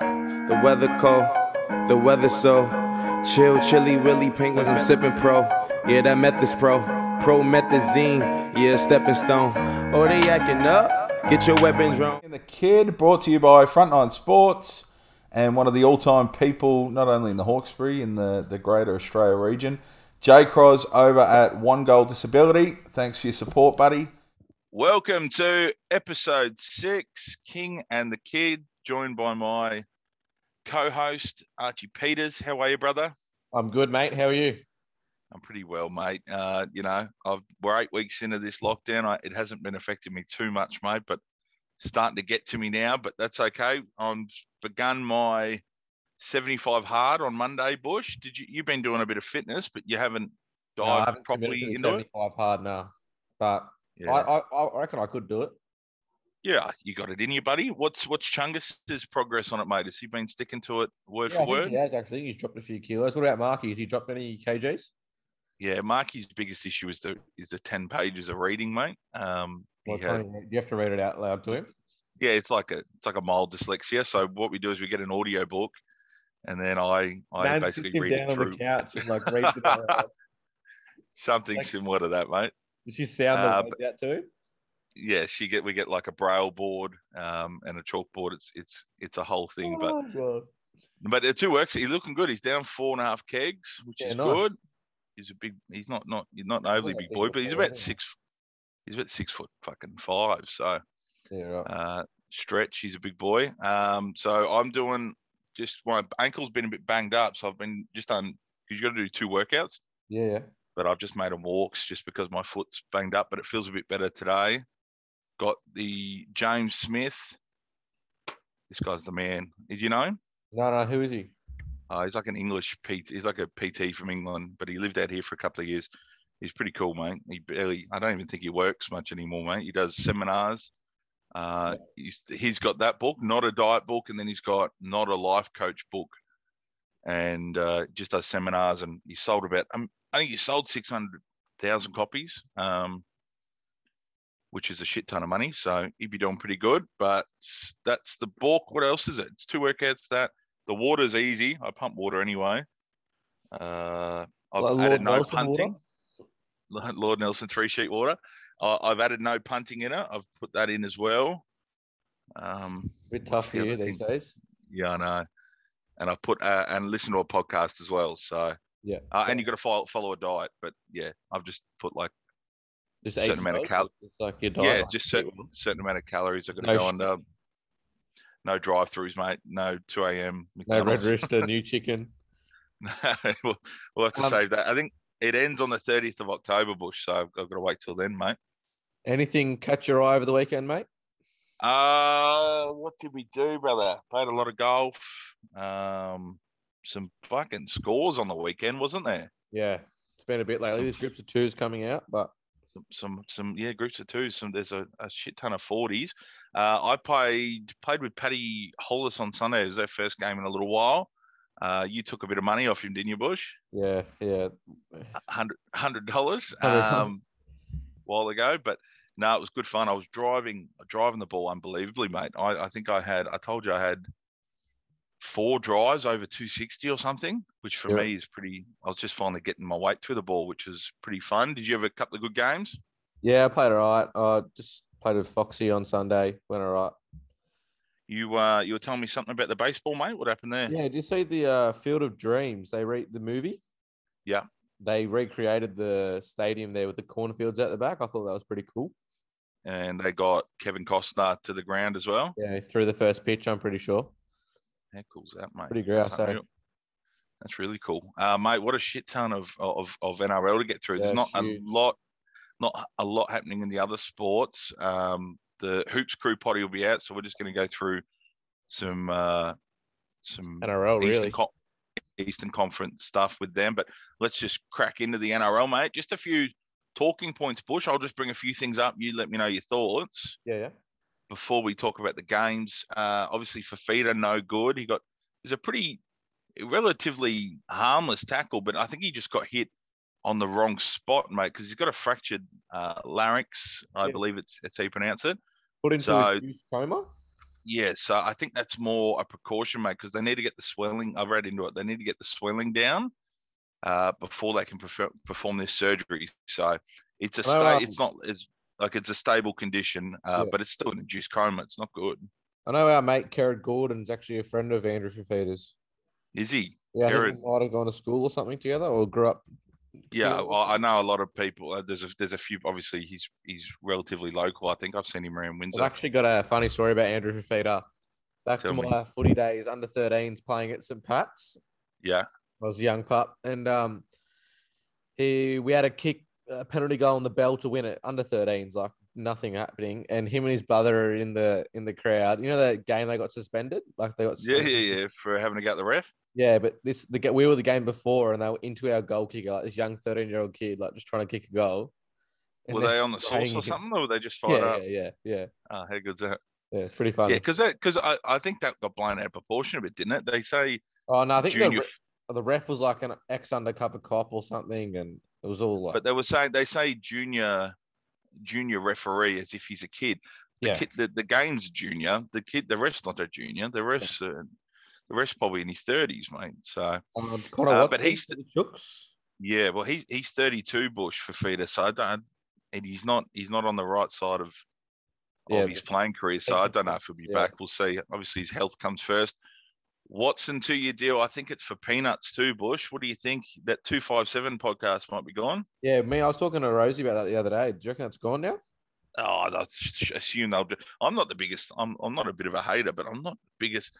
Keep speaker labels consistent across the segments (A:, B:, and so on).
A: the weather cold, the weather so chill, chilly, willy penguins. I'm sipping pro. Yeah, that meth is pro. Promethazine, yeah, stepping stone. Oh, they acting up. Get your weapons wrong.
B: And the Kid, brought to you by Frontline Sports and one of the all-time people, not only in the Hawkesbury, in the, the greater Australia region, Jay Cross over at One Goal Disability. Thanks for your support, buddy.
C: Welcome to episode six, King and the Kid, joined by my co-host Archie Peters. How are you, brother?
D: I'm good, mate. How are you?
C: I'm pretty well, mate. Uh, you know, I've, we're eight weeks into this lockdown. I, it hasn't been affecting me too much, mate, but starting to get to me now. But that's okay. I'm begun my 75 hard on Monday, Bush. Did you? You've been doing a bit of fitness, but you haven't
D: No,
C: dived
D: I haven't
C: properly
D: committed to the
C: into it.
D: 75 hard now, but
C: Yeah.
D: I, I, I reckon I could do it.
C: yeah, you got it in you, buddy. What's what's Chungus's progress on it, mate? Has he been sticking to it word
D: Yeah, I
C: for
D: think
C: word?
D: he has actually. He's dropped a few kilos. What about Marky? Has he dropped any kgs?
C: Yeah, Marky's biggest issue is the is the ten pages of reading, mate. Um, he
D: Well,
C: had-
D: Tony, do you have to read it out loud to him?
C: yeah, it's like a it's like a mild dyslexia. So what we do is we get an audio book, and then I I
D: Man sits
C: basically
D: him
C: read
D: down
C: it
D: on
C: through
D: the couch and like reads it out. loud.
C: something
D: like-
C: similar to that, mate.
D: Does she sound
C: Uh,
D: the words out to him?
C: Yeah, she get we get like a braille board um, and a chalkboard. It's it's it's a whole thing, but
D: Oh, God.
C: But the two works. He's looking good. He's down four and a half kegs, which
D: Yeah,
C: is
D: nice.
C: good. He's a big. He's not not he's not an overly
D: that
C: big
D: big
C: boy,
D: of a
C: but he's
D: fella,
C: about
D: isn't he?
C: six. He's about six foot fucking five. So
D: Yeah, right.
C: uh, stretch. He's a big boy. Um, so I'm doing just my ankle's been a bit banged up, so I've been just done because you got to do two workouts.
D: yeah, yeah.
C: But I've just made them walks just because my foot's banged up, but it feels a bit better today. Got the James Smith. This guy's the man. Did you know him?
D: No, no. Who is he?
C: Uh, he's like an English PT. He's like a PT from England, but he lived out here for a couple of years. He's pretty cool, mate. He barely, I don't even think he works much anymore, mate. He does seminars. Uh, he's, he's got that book, not a diet book, and then he's got not a life coach book, and uh, just does seminars. And he sold about, um, I think he sold six hundred thousand copies, um, which is a shit ton of money. So he'd be doing pretty good. But s- that's the book. What else is it? It's two workouts. That the water's easy. I pump water anyway. Uh, I've
D: Like
C: added
D: Lord
C: no
D: Nelson water?
C: punting. Lord- Lord Nelson three sheet water. I I've added no punting in it. I've put that in as well. Um,
D: Bit
C: what's
D: tough
C: the
D: for you
C: other
D: these
C: thing?
D: days.
C: Yeah, I know. And I put uh, and listen to a podcast as well. So
D: Yeah.
C: uh, and you got to follow, follow a diet, but yeah, I've just put like
D: Just
C: certain
D: 80
C: amount of
D: kilos,
C: cal-
D: It's like your diet.
C: yeah,
D: like,
C: just certain certain amount of calories. I got to
D: No
C: go
D: sh-
C: under. No drive-throughs, mate. No 2 a.m.
D: No red
C: McDonald's.
D: rooster, new chicken.
C: we'll, we'll have to
D: Um,
C: save that. I think it ends on the 30th of October, Bush. So I've, I've got to wait till then, mate.
D: Anything catch your eye over the weekend, mate?
C: Uh, what did we do, brother? Played a lot of golf. Um, some fucking scores on the weekend, wasn't there?
D: Yeah, it's been a bit lately. There's groups of twos coming out, but
C: Some, some, some yeah, groups of twos. Some there's a, a shit ton of forties. Uh, I played played with Paddy Hollis on Sunday. It was their first game in a little while. Uh, you took a bit of money off him, didn't you, Bush?
D: yeah, yeah.
C: hundred dollars
D: $100.
C: um, while ago, but no, it was good fun. I was driving driving the ball unbelievably, mate. I, I think I had I told you I had four drives over two sixty or something, which for
D: Yeah.
C: me is pretty. I was just finally getting my weight through the ball, which was pretty fun. Did you have a couple of good games?
D: Yeah, I played all right. I just played with Foxy on Sunday. Went all right.
C: You uh, you were telling me something about the baseball, mate. What happened there?
D: Yeah, did you see the uh, Field of Dreams? They re the movie.
C: Yeah.
D: They recreated the stadium there with the cornfields at the back. I thought that was pretty cool.
C: And they got Kevin Costner to the ground as well.
D: Yeah, he threw the first pitch. I'm pretty sure.
C: How cool's that, mate?
D: Pretty
C: That's
D: grouse. eh?
C: unreal. That's really cool, uh, mate. What a shit ton of of of NRL to get through. There's
D: Yeah,
C: not
D: it's
C: a
D: huge.
C: lot, not a lot happening in the other sports. Um, the hoops crew potty will be out, so we're just going to go through some uh, some
D: NRL
C: Eastern,
D: really.
C: Con- Eastern Conference stuff with them. But let's just crack into the NRL, mate. Just a few talking points, Bush. I'll just bring a few things up. You let me know your thoughts
D: Yeah, yeah.
C: before we talk about the games. Uh, obviously, Fafita, no good. He got it was a pretty relatively harmless tackle, but I think he just got hit on the wrong spot, mate, because he's got a fractured uh, larynx. I
D: Yeah.
C: believe it's it's how you pronounce it.
D: Put into
C: So-
D: the juice coma.
C: yeah, so I think that's more a precaution, mate, because they need to get the swelling. I've read into it. They need to get the swelling down uh, before they can perfor- perform this surgery. So it's a
D: Hello,
C: sta-
D: Alfie.
C: it's not it's, like it's a stable condition, uh,
D: um, Yeah.
C: but it's still an induced coma. It's not good.
D: I know our mate Kerrod Gordon's actually a friend of Andrew Fafita's.
C: Is he?
D: Yeah, I
C: Kerrod.
D: think we might have gone to school or something together, or grew up.
C: Yeah,
D: together.
C: well, I know a lot of people. Uh, there's a there's a few. Obviously, he's he's relatively local. I think I've seen him around Windsor.
D: I've actually got a funny story about Andrew Fafita. Back
C: Tell
D: to
C: me.
D: my footy days, under 13s, playing at St. Pat's.
C: yeah,
D: I was a young pup, and um, he we had a kick, a penalty goal on the bell to win it. Under 13s, like nothing happening, and him and his brother are in the in the crowd. You know that game they got suspended, like they got
C: yeah,
D: suspended.
C: yeah, yeah. For having a go at the ref.
D: Yeah, but this the ga- we were the game before, and they were into our goal kicker, like this young 13 year old kid, like just trying to kick a goal. and
C: Were
D: they're
C: they on the source
D: spraying him.
C: or something, or were they just fired
D: Yeah,
C: up?
D: yeah, yeah, yeah,
C: Oh, how good's that?
D: yeah. It's pretty funny.
C: Yeah, because because I, I think that got blown out of proportion a bit, didn't it? They say
D: oh no, I think the,
C: junior,
D: re- the ref was like an ex undercover cop or something, and it was all like
C: but they were saying they say junior junior referee as if he's a kid. The
D: Yeah.
C: kid, the, the game's junior. The kid, the rest not a junior. The rest, uh, the rest probably in his thirties, mate. So
D: um, Connor
C: uh, but
D: Watson
C: he's-
D: for the Chooks.
C: yeah, well he's he's thirty two Bush for feeder, so I don't, and he's not he's not on the right side of
D: Yeah,
C: of his playing career. So I don't know if he'll be
D: Yeah.
C: back. We'll see. Obviously, his health comes first. Watson, two year deal. I think it's for peanuts too, Bush. What do you think? That 257 podcast might be gone.
D: Yeah, me. I was talking to Rosie about that the other day. Do you reckon that's gone now?
C: Oh, that's assume they'll do. I'm not the biggest, I'm, I'm not a bit of a hater, but I'm not the biggest.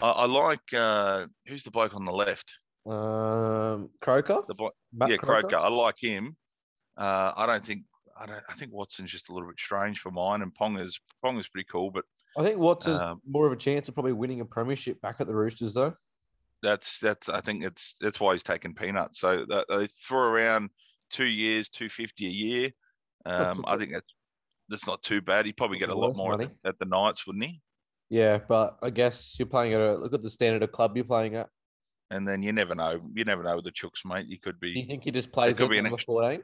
C: I, I like, uh, who's the bloke on the left?
D: Um, Croker.
C: The bloke,
D: Matt
C: yeah, Croker. I like him. Uh, I don't think, I don't, I think Watson's just a little bit strange for mine, and Ponga's, Ponga's pretty cool, but
D: I think Watson's
C: Um,
D: more of a chance of probably winning a premiership back at the Roosters, though.
C: that's that's I think it's that's why he's taking peanuts. So that, they throw around two years, two fifty a year.
D: not
C: Um,
D: too
C: I
D: bad.
C: think that's that's not too bad. He'd probably
D: Not
C: get a
D: the
C: lot
D: worst
C: more at the,
D: money.
C: at the Knights, wouldn't he?
D: Yeah, but I guess you're playing at a look at the standard of club you're playing at.
C: And then you never know. You never know with the Chooks, mate. He could
D: Do you
C: be.
D: think he just plays
C: could
D: at
C: be an
D: number
C: ex-
D: fourteen?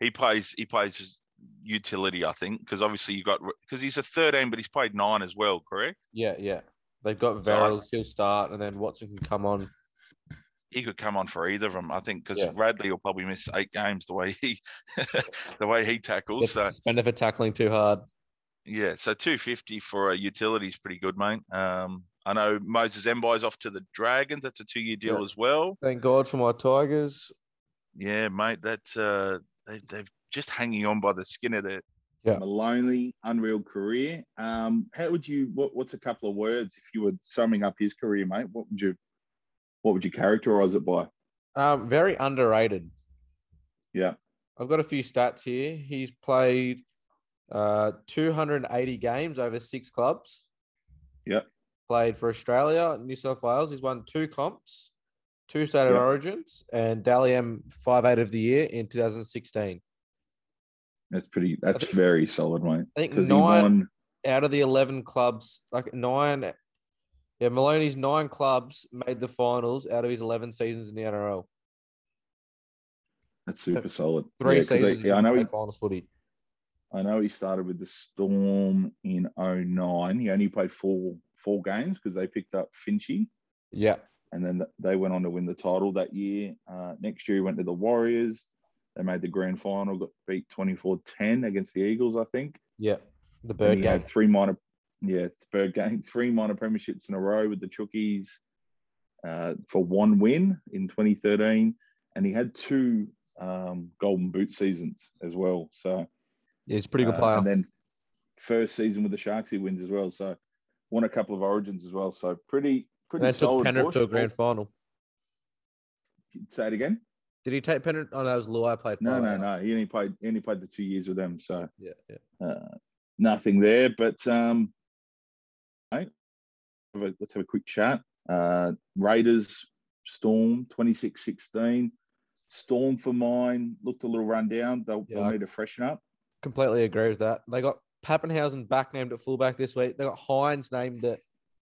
C: He plays. He plays utility, I think, because obviously you got because he's a thirteen, but he's played nine as well, correct?
D: Yeah, yeah. They've got
C: So I-
D: Verrills. He'll start, and then Watson can come on.
C: He could come on for either of them, I think, because
D: Yeah.
C: Radley will probably miss eight games the way he the way he tackles.
D: Gets
C: So
D: suspended for tackling too hard.
C: Yeah, so 250 for a utility is pretty good, mate. Um, I know Moses Mbai's off to the Dragons. That's a two-year deal
D: Yeah.
C: as well.
D: Thank God for my Tigers.
C: Yeah, mate, that's uh, they, they're just hanging on by the skin of their.
D: Yeah.
E: a lonely, unreal career. Um, how would you? What, what's a couple of words if you were summing up his career, mate? What would you? What would you characterize it by?
D: Um, very underrated.
E: Yeah.
D: I've got a few stats here. He's played uh 280 games over six clubs.
E: Yeah.
D: Played for Australia, New South Wales. He's won two comps, two state of
E: Yeah.
D: origins, and Dally M five eight of the year in 2016.
E: That's pretty. That's
D: think-
E: very solid, mate.
D: I think
E: Because he
D: nine-
E: won.
D: Out of the 11 clubs, like nine, yeah, Maloney's nine clubs made the finals out of his 11 seasons in the NRL.
E: That's super solid.
D: Three
E: Yeah, 'cause
D: seasons.
E: I, yeah, I know. He,
D: played finals footy.
E: I know he started with the Storm in 09. He only played four four games because they picked up Finchie.
D: Yeah.
E: and then th- they went on to win the title that year. Uh, next year, he went to the Warriors. They made the grand final, got beat 24-10 against the Eagles, I think.
D: Yeah. The
E: And
D: bird
E: he
D: game.
E: had three minor, yeah, bird game, three minor premierships in a row with the Chookies uh, for one win in 2013, and he had two um, Golden Boot seasons as well. So
D: Yeah, he's a pretty good
E: uh,
D: player.
E: And then first season with the Sharks, he wins as well. So won a couple of Origins as well. So pretty,
D: And
E: pretty
D: that took
E: solid.
D: Penrith
E: push.
D: to a grand final.
E: Say it again.
D: Did he take Penrith? Oh, no, that was Luai played.
E: No,
D: five
E: no,
D: eight.
E: no. He only played. He only played the two years with them, so
D: Yeah, yeah.
E: uh, nothing there. But um, hey, have a- let's have a quick chat. Uh, Raiders Storm 26-16. Storm for mine looked a little run down. They'll,
D: Yeah.
E: they'll need to freshen up.
D: Completely agree with that. They got Pappenhausen back named at fullback this week. They got Hines named at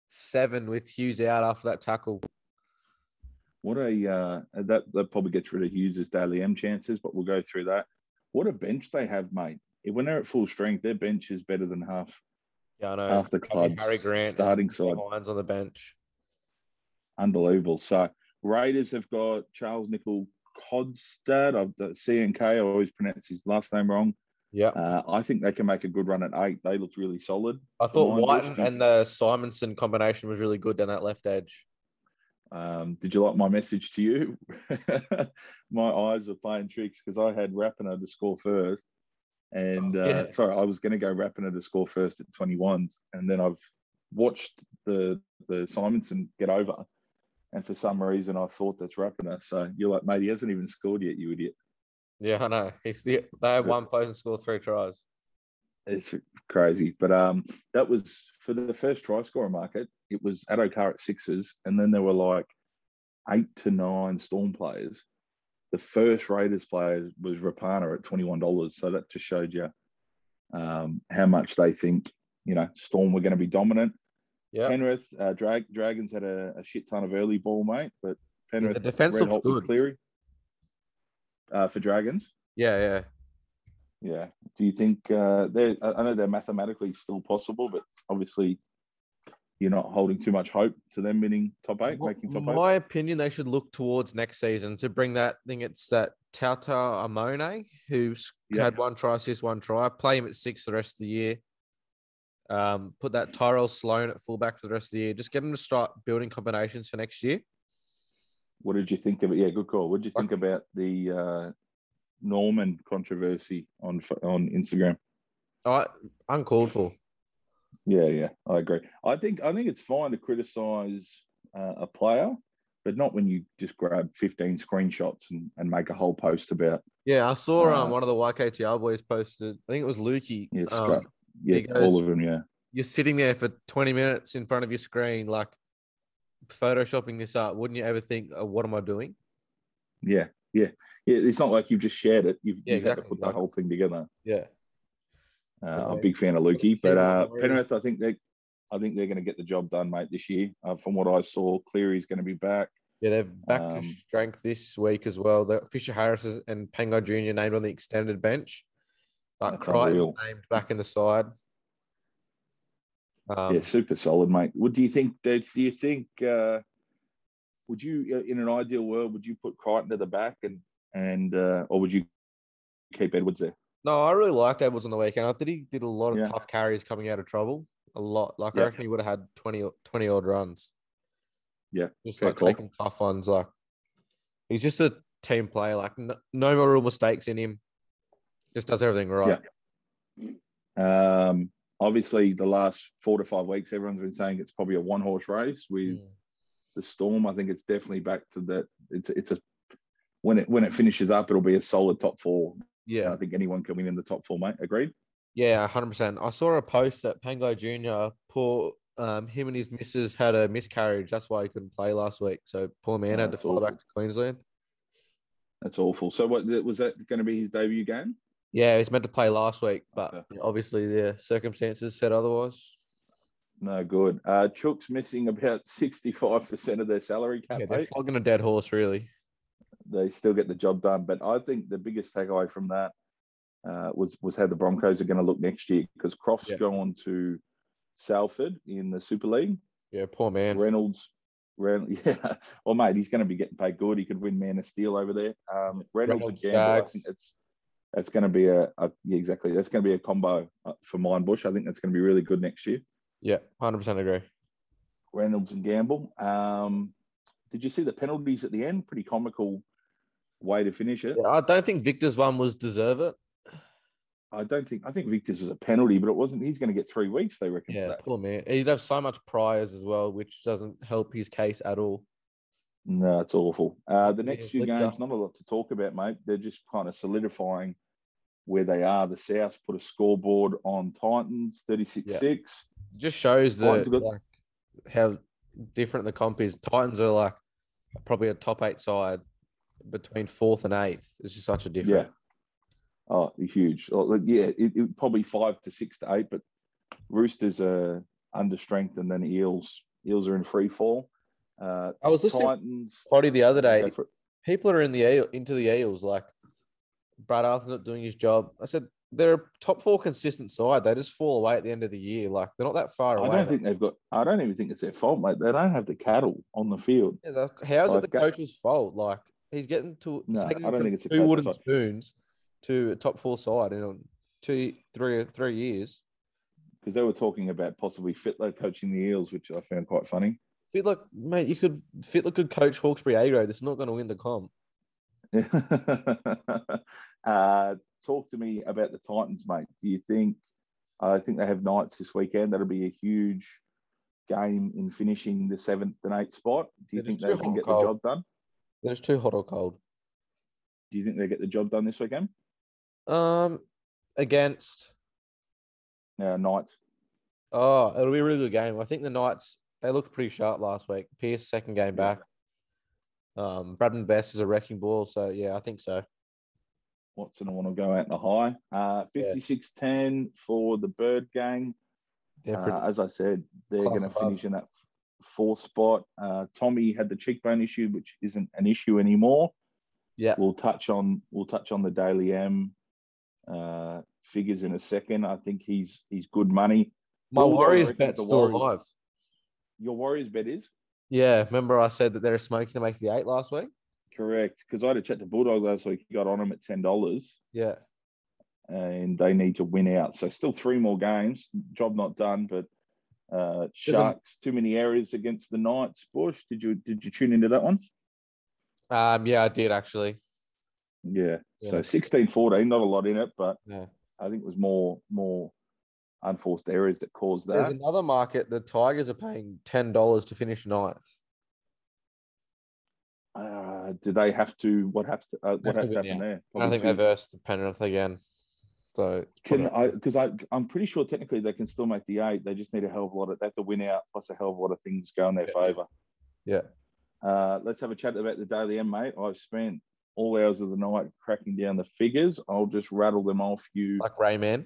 D: seven with Hughes out after that tackle.
E: What a uh, that that probably gets rid of Hughes' daily M chances, but we'll go through that. What a bench they have, mate. When they're at full strength, their bench is better than half
D: Yeah, I know.
C: half the
D: Uh, Probably
C: club's
D: Harry Grant
C: starting side.
D: Hines on the bench.
C: Unbelievable. So Raiders have got Charles Nickel Codstad. I've uh, the CNK. I always pronounce his last name wrong.
D: Yeah,
C: Uh, I think they can make a good run at eight. They looked really solid.
D: I thought
C: Mind
D: White
C: Bush.
D: and the Simonson combination was really good down that left edge.
C: Um, did you like my message to you? my eyes were playing tricks because I had Rapina to score first. And uh,
D: Yeah.
C: sorry, I was going to go Rapina to score first at 21s. And then I've watched the, the Simonson get over. And for some reason, I thought that's Rapina. So you're like, mate, he hasn't even scored yet, you idiot.
D: Yeah, I know. He's the they had one player and scored three tries.
C: It's crazy. But um, that was for the first try scorer market, it was Adokar at sixes. And then there were like eight to nine Storm players. The first Raiders player was Rapana at $21. So that just showed you um, how much they think, you know, Storm were going to be dominant.
D: Yeah,
C: Penrith, uh, Drag- Dragons had a, a shit ton of early ball, mate. But Penrith,
D: the defense
C: red hot
D: looked
C: with
D: good.
C: Cleary uh, for Dragons.
D: yeah, yeah.
C: Yeah. Do you think uh, they're? I I know they're mathematically still possible, but obviously, you're not holding too much hope to them winning top eight,
D: My-
C: making top eight.
D: my opinion, they should look towards next season to bring that thing. It's that Tauta Amone who's
C: Yeah.
D: had one try, assist, one try. Play him at six the rest of the year. Um, put that Tyrell Sloan at fullback for the rest of the year. Just get him to start building combinations for next year.
C: What did you think of it? Yeah, good call. What did you think about the uh, Norman controversy on f- on Instagram?
D: I uncalled for.
C: Yeah, yeah, I agree. I think I think it's fine to criticize uh, a player, but not when you just grab 15 screenshots and, and make a whole post about
D: Yeah, I saw um,
C: Uh,
D: one of the YKTR boys posted. I think it was Lukey.
C: yeah,
D: um,
C: Scott, yeah,
D: he
C: all
D: goes-
C: of them, yeah.
D: you're sitting there for 20 minutes in front of your screen, like photoshopping this up. Wouldn't you ever think, oh, what am I doing?
C: Yeah, yeah, yeah. It's not like you've just shared it. You've,
D: Yeah,
C: you've had to
D: exactly,
C: put the
D: like-
C: whole thing together.
D: Yeah.
C: Uh, I'm
D: Okay.
C: a big fan of Lukey, but uh,
D: Warriors.
C: Penrith, I think they, I think they're going to get the job done, mate, this year. Uh, from what I saw, Cleary's going to be back.
D: Yeah, they're back
C: Um,
D: to strength this week as well. The Fisher Harris is- and Pango Jr. named on the extended bench. But
C: That's
D: Crichton's
C: unreal.
D: named back in the side. Um,
C: yeah, super solid, mate. What do you think? Do do you think? Uh, would you, uh, in an ideal world, would you put Crichton to the back and and uh, or would you keep Edwards there?
D: No, I really liked Edwards on the weekend. I think he did a lot of
C: Yeah.
D: tough carries coming out of trouble. A lot. Like,
C: Yeah.
D: I reckon he would have had 20, or- 20 odd runs.
C: Yeah,
D: Just
C: fair
D: like
C: call.
D: taking tough ones. Like, he's just a team player. Like, no, no real mistakes in him. Just does everything right.
C: Um, obviously, the last four to five weeks, everyone's been saying it's probably a one horse race with
D: Mm.
C: the storm. I think it's definitely back to that. It's it's a when it when it finishes up, it'll be a solid top four.
D: Yeah.
C: I think anyone can win in the top four, mate. Agreed.
D: Yeah, hundred percent. I saw a post that Pango Junior, poor um, him and his missus had a miscarriage. That's why he couldn't play last week. So poor man
C: Oh,
D: had to
C: that's
D: fly
C: awful.
D: back to Queensland.
C: That's awful. So what was that going to be his debut game?
D: Yeah, he was meant to play last week, but
C: Okay.
D: obviously the circumstances said otherwise.
C: No good. Uh, Chook's missing about sixty five percent of their salary cap.
D: Yeah, they're
C: mate.
D: flogging a dead horse, really.
C: They still get the job done, but I think the biggest takeaway from that uh, was was how the Broncos are going to look next year because Croft's
D: Yeah.
C: gone to Salford in the Super League.
D: Yeah, poor man.
C: Reynolds, Reynolds, yeah. Well, mate, he's going to be getting paid good. He could win Man of Steel over there. Um, Reynolds,
D: Reynolds,
C: and Gamble, I
D: Stags.
C: think that's that's going to be a, a yeah, exactly. That's going to be a combo uh, for Mine Bush. I think that's going to be really good next year.
D: Yeah, hundred percent agree.
C: Reynolds and Gamble. Um, did you see the penalties at the end? Pretty comical way to finish it.
D: Yeah, I don't think Victor's one was deserve it.
C: I don't think I think Victor's was a penalty, but it wasn't. He's going to get three weeks. They reckon. for
D: Yeah,
C: that.
D: poor man. He'd have so much priors as well, which doesn't help his case at all.
C: No, it's awful. Uh, the
D: Yeah,
C: next few
D: Flicker.
C: games, not a lot to talk about, mate. They're just kind of solidifying where they are. The South put a scoreboard on Titans, 36 6.
D: It just shows the
C: Titans have got-
D: like, how different the comp is. Titans are like probably a top eight side between fourth and eighth. It's just such a difference.
C: Oh, huge. Oh, look, yeah, it, it, probably five to six to eight, but Roosters are under strength, and then Eels. Eels are in free fall. Uh,
D: I was listening
C: Titans.
D: to Potty the other
C: Go
D: day.
C: for it.
D: People are in the eel, into the Eels like Brad Arthur's not doing his job. I said they're a top four consistent side. They just fall away at the end of the year. Like they're not that far
C: I
D: away.
C: don't think they've got. I don't even think it's their fault, mate. They don't have the cattle on the field.
D: Yeah, like, how's
C: Like,
D: it the
C: that-
D: coach's fault? Like he's getting to he's
C: No,
D: taking
C: I don't
D: from
C: think it's a
D: two
C: coach's
D: wooden
C: fault.
D: spoons to a top four side in um, two, three, three years.
C: because they were talking about possibly Fitler coaching the Eels, which I found quite funny.
D: Fitlock, mate, you could Fitlock could coach Hawkesbury A grade. That's not going to win the comp.
C: uh, talk to me about the Titans, mate. Do you think? I think they have nights this weekend. That'll be a huge game in finishing the seventh and eighth spot. Do you
D: They're
C: think
D: just
C: they
D: too
C: can
D: hot
C: get the
D: and
C: job done?
D: They're just too hot or cold.
C: Do you think they get the job done this weekend?
D: Um, against
C: Uh, night.
D: oh, it'll be a really good game. I think the Knights they looked pretty sharp last week. Pierce second game
C: Yeah.
D: back. Um, Bradman Best is a wrecking ball. So yeah, I think so.
C: Watson want to go out in the high. Uh,
D: Yeah.
C: 56 10 for the Bird Gang.
D: They're pretty,
C: Uh, as I said, they're
D: class
C: going to
D: above.
C: finish in that four spot. Uh, Tommy had the cheekbone issue, which isn't an issue anymore.
D: yeah.
C: We'll touch on we'll touch on the Daily M uh, figures in a second. I think he's he's good money.
D: My
C: Bulldog
D: Warriors
C: reckons
D: bet's
C: the
D: still
C: Warriors-
D: alive.
C: Your Warriors bet is
D: Yeah, remember I said that they're smoking to make the eight last week.
C: correct because I had a chat to Bulldog last week. He got on him at ten dollars,
D: Yeah,
C: and they need to win out. So still three more games. Job not done, but. Uh, Sharks, too many errors against the Knights. Bush, did you did you tune into that one?
D: um, yeah, I did actually.
C: Yeah. So
D: Yeah.
C: 16 14, not a lot in it, but
D: Yeah.
C: I think it was more more unforced errors that caused
D: There's
C: that.
D: another market. The Tigers are paying ten dollars to finish ninth.
C: Uh, do they have to? What happens? To, uh,
D: Have
C: what
D: to
C: has to
D: win,
C: happen there?
D: And I
C: Probably
D: think they've
C: two-
D: versed the Penrith again. So
C: can I? Because I, I'm pretty sure technically they can still make the eight. They just need a hell of a lot of. They have to win out, plus a hell of a lot of things go in their
D: Yeah.
C: favour.
D: Yeah.
C: Uh, let's have a chat about the Daily M, mate. I've spent all hours of the night cracking down the figures. I'll just rattle them off you.
D: like Rayman.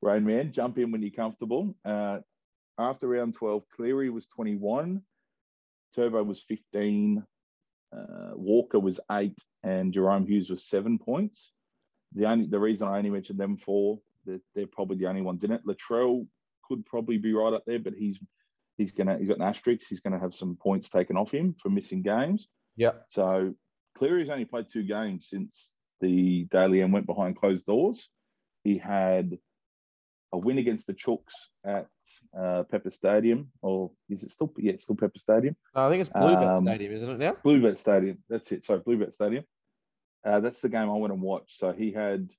C: Rain Man, jump in when you're comfortable. Uh, after round 12, Cleary was 21, Turbo was 15, uh, Walker was eight, and Jerome Hughes was seven points. The only the reason I only mentioned them four, they're, they're probably the only ones in it. Latrell could probably be right up there, but he's he's gonna he's got an asterisk. He's gonna have some points taken off him for missing games.
D: Yep.
C: So Cleary's only played two games since the Daily M went behind closed doors. He had a win against the Chooks at uh, Pepper Stadium, or is it still? Yeah, it's still Pepper Stadium.
D: No, I think it's Bluebird
C: Um,
D: Stadium, isn't it now?
C: Bluebet Stadium. That's it. So Bluebet Stadium. Uh, that's the game I went and watched. So he had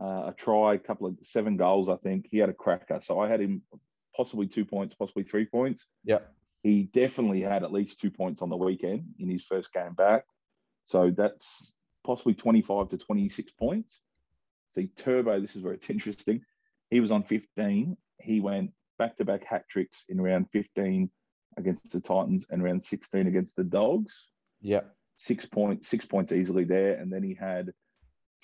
C: uh, a try, a couple of seven goals, I think. He had a cracker. So I had him possibly two points, possibly three points.
D: Yep.
C: He definitely had at least two points on the weekend in his first game back. So that's possibly 25 to 26 points. See, Turbo, this is where it's interesting. He was on 15. He went back to back hat tricks in round 15 against the Titans and round 16 against the Dogs
D: Yep.
C: six points, six points easily there. And then he had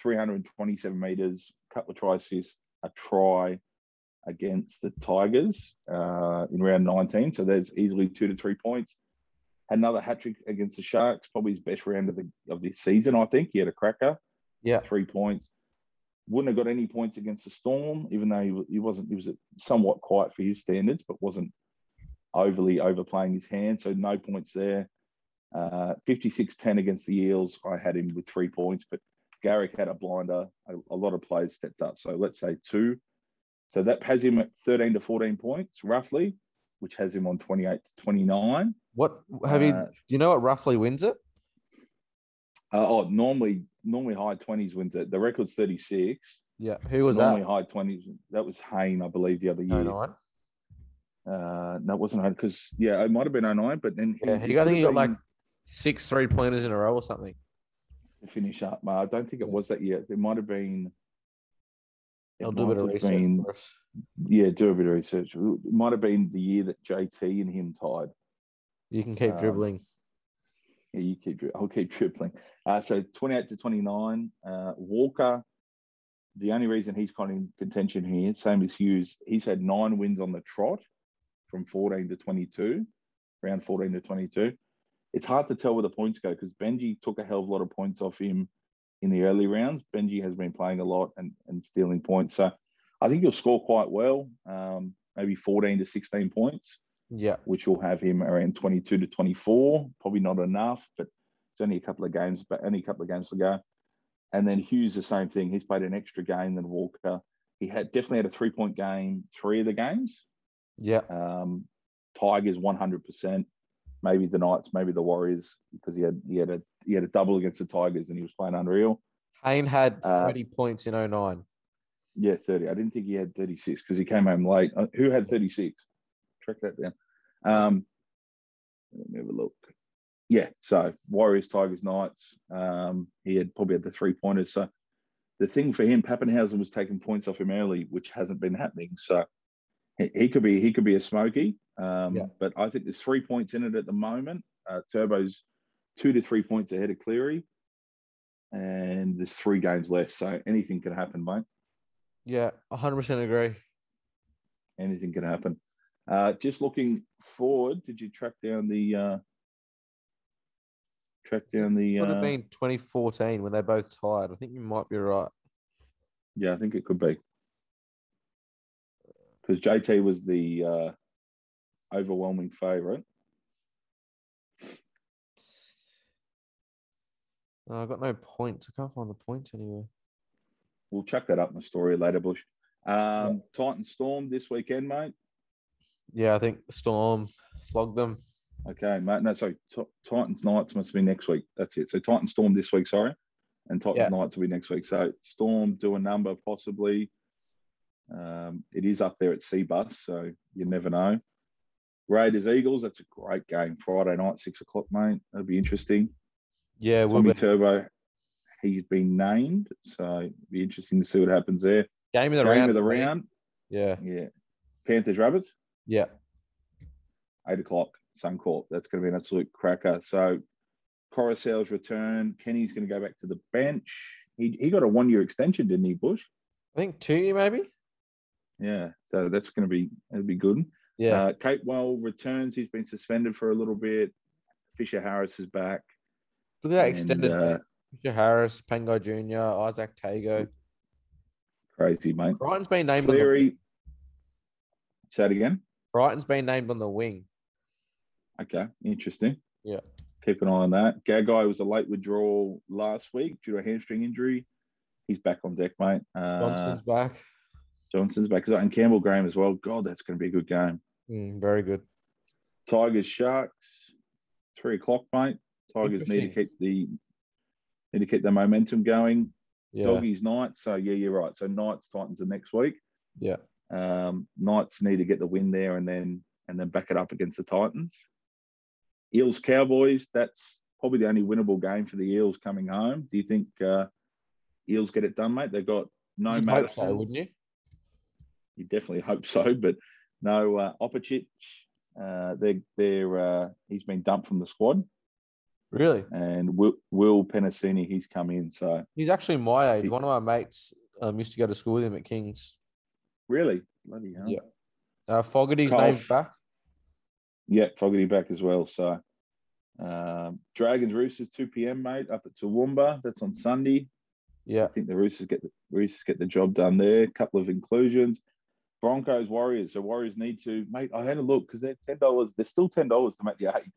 C: 327 meters, couple of try assists, a try against the Tigers uh, in round 19. So there's easily two to three points. Had another hat trick against the Sharks, probably his best round of the of this season, I think. He had a cracker,
D: Yep.
C: three points. Wouldn't have got any points against the Storm, even though he, wa- he wasn't. He was somewhat quiet for his standards, but wasn't overly overplaying his hand. So no points there. Uh, 56-10 against the Eels. I had him with three points, but Garrick had a blinder. A, a lot of players stepped up. So let's say two. So that has him at 13 to 14 points, roughly, which has him on 28 to 29.
D: What have you?
C: Uh,
D: Do you know what roughly wins it?
C: Uh, oh, normally normally high 20s wins it. The record's 36.
D: Yeah. Who was
C: normally
D: that? Oh,
C: high 20s. That was Hayne, I believe, the other year.
D: No, nine.
C: Uh, no, it wasn't Hayne because, yeah, it might have been 09, but then
D: Yeah, he got- I
C: could
D: think he
C: have
D: got, like,
C: been
D: Six three pointers in a row or something.
C: to finish up. Uh, I don't think it
D: Yeah.
C: was that year. It might have been. it
D: I'll do a bit of
C: might have
D: research.
C: been-
D: for us.
C: Yeah, do a bit of research. It might have been the year that JT and him tied.
D: You can keep
C: um,
D: dribbling.
C: Yeah, you keep. dri- I'll keep tripling. Uh, so twenty-eight to twenty-nine. Uh, Walker. The only reason he's kind of in contention here, same as Hughes, he's had nine wins on the trot from fourteen to twenty-two, round fourteen to twenty-two. It's hard to tell where the points go because Benji took a hell of a lot of points off him in the early rounds. Benji has been playing a lot and, and stealing points. So I think he'll score quite well, um, maybe 14 to 16 points,
D: Yeah.
C: which will have him around 22 to 24. Probably not enough, but it's only a couple of games, but only a couple of games to go. And then Hughes, the same thing. He's played an extra game than Walker. He had definitely had a three point game three of the games.
D: Yeah.
C: Um, Tigers 100%. Maybe the Knights, maybe the Warriors, because he had he had a he had a double against the Tigers and he was playing unreal.
D: Hayne had
C: Uh,
D: 30 points in 09.
C: Yeah, 30. I didn't think he had 36 because he came home late. Uh, Who had 36? Track that down. Um, let me have a look. Yeah, so Warriors, Tigers, Knights. Um, he had probably had the three pointers. So the thing for him, Pappenhausen was taking points off him early, which hasn't been happening. So he, he could be he could be a smoky. Um,
D: Yeah.
C: But I think there's three points in it at the moment. Uh, Turbo's two to three points ahead of Cleary, and there's three games left, so anything could happen, mate
D: Yeah. 100% agree.
C: anything can happen. Uh, just looking forward, did you track down the uh, track down the?
D: Would
C: Uh,
D: have been 2014 when they both tied. I think you might be right.
C: Yeah, I think it could be because JT was the uh, overwhelming favorite.
D: No, I've got no points. I can't find the points anywhere.
C: We'll chuck that up in the story later, Bush. Um, Titan Storm this weekend, mate.
D: Yeah, I think Storm flogged them.
C: Okay, mate. No, sorry. T- Titans Knights must be next week. That's it. So Titan Storm this week, sorry, and Titans Knights will be next week. So Storm do a number possibly. Um, it is up there at Seabus, so you never know. Raiders Eagles. That's a great game. Friday night, six o'clock, mate. That'll be interesting.
D: Yeah, we'll
C: Tommy
D: be
C: Turbo. He's been named, so it'll be interesting to see what happens there.
D: game of the
C: game
D: round.
C: of the
D: I think.
C: round.
D: Yeah.
C: Yeah. Panthers Rabbits.
D: Yeah.
C: eight o'clock, Suncorp. That's going to be an absolute cracker. So, Coruscant's return. Kenny's going to go back to the bench. He, he got a one year extension, didn't he, Bush?
D: I think two maybe.
C: Yeah. So that's going to be that'll be good.
D: Yeah.
C: Uh, Catewell returns. He's been suspended for a little bit. Fisher Harris is back.
D: Look at that
C: and,
D: extended.
C: uh,
D: Fisher Harris, Pango Jr., Isaac Tago.
C: crazy mate.
D: Crichton's been named on the
C: Cleary. Say that again.
D: Brighton's been named on the wing.
C: Okay, interesting.
D: Yeah.
C: Keep an eye on that. Gagai was a late withdrawal last week due to a hamstring injury. He's back on deck, mate. Uh,
D: Johnston's back.
C: Johnson's back and Campbell Graham as well. God, that's going to be a good game.
D: Mm, very good.
C: Tigers Sharks, three o'clock, mate. Tigers need to
D: Interesting.
C: keep the need to keep the momentum going.
D: Yeah.
C: Doggies Knights. So yeah, you're right. So Knights Titans are next week.
D: Yeah.
C: Um, Knights need to get the win there and then and then back it up against the Titans. Eels Cowboys. That's probably the only winnable game for the Eels coming home. Do you think uh, Eels get it done, mate? They've got no
D: You'd hope so,
C: Madison.
D: wouldn't you?
C: you definitely hope so. But no, uh, Opacic, uh, they're, they're, uh, he's been dumped from the squad,
D: Really?
C: and Will, Will Penasini, he's come in. So
D: He's actually my age.
C: He-
D: One of my mates um, used to go to school with him at King's.
C: really, bloody hell.
D: Yeah. Uh, Fogarty's
C: Carl
D: named
C: F-
D: back.
C: Yeah, Fogarty back as well. So um, Dragons Roosters 2 p.m. mate up at Toowoomba. That's on Sunday.
D: Yeah.
C: I think the Roosters get the Roosters get the job done there. A couple of inclusions. Broncos Warriors. So Warriors need to mate. I had a look because they're ten dollars. They're still ten dollars to make the eight.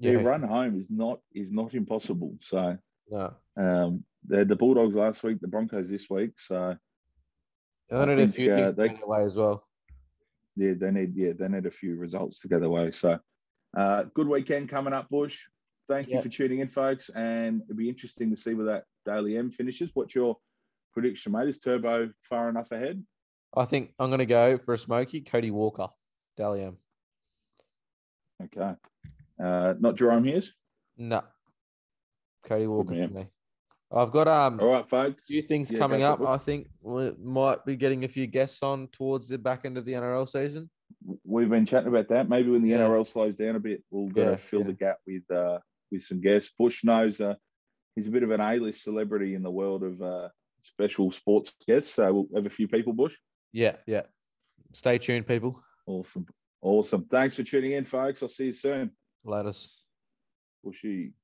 D: Yeah.
C: Their run home is not is not impossible. So
D: No.
C: Um, the the Bulldogs last week, the Broncos this week. So
D: And
C: I
D: then I did a
C: think,
D: few
C: uh,
D: things
C: they-
D: they... away as well.
C: yeah, they need yeah they need a few results to go their way. So uh, good weekend coming up, Bush. Thank you
D: Yeah.
C: for tuning in, folks, and it'll be interesting to see where that Daily M finishes. What's your prediction, mate? Is Turbo far enough ahead?
D: I think I'm going to go for a smoky, Cody Walker, Dalian.
C: Okay, uh, not Jerome Hughes.
D: No. Cody Walker
C: Oh, man.
D: for me. I've got um
C: All right, folks.
D: a few things
C: Yeah, go
D: coming
C: for it,
D: up.
C: Bush.
D: I think we might be getting a few guests on towards the back end of the NRL season.
C: We've been chatting about that. Maybe when the
D: Yeah.
C: NRL slows down a bit, we'll go
D: Yeah,
C: fill
D: yeah.
C: the gap with uh, with some guests. Bush knows uh, he's a bit of an A-list celebrity in the world of uh, special sports guests. So we'll have a few people. Bush,
D: Yeah, yeah. Stay tuned, people.
C: awesome, awesome. Thanks for tuning in, folks. I'll see you soon.
D: Let us.
C: Bushy.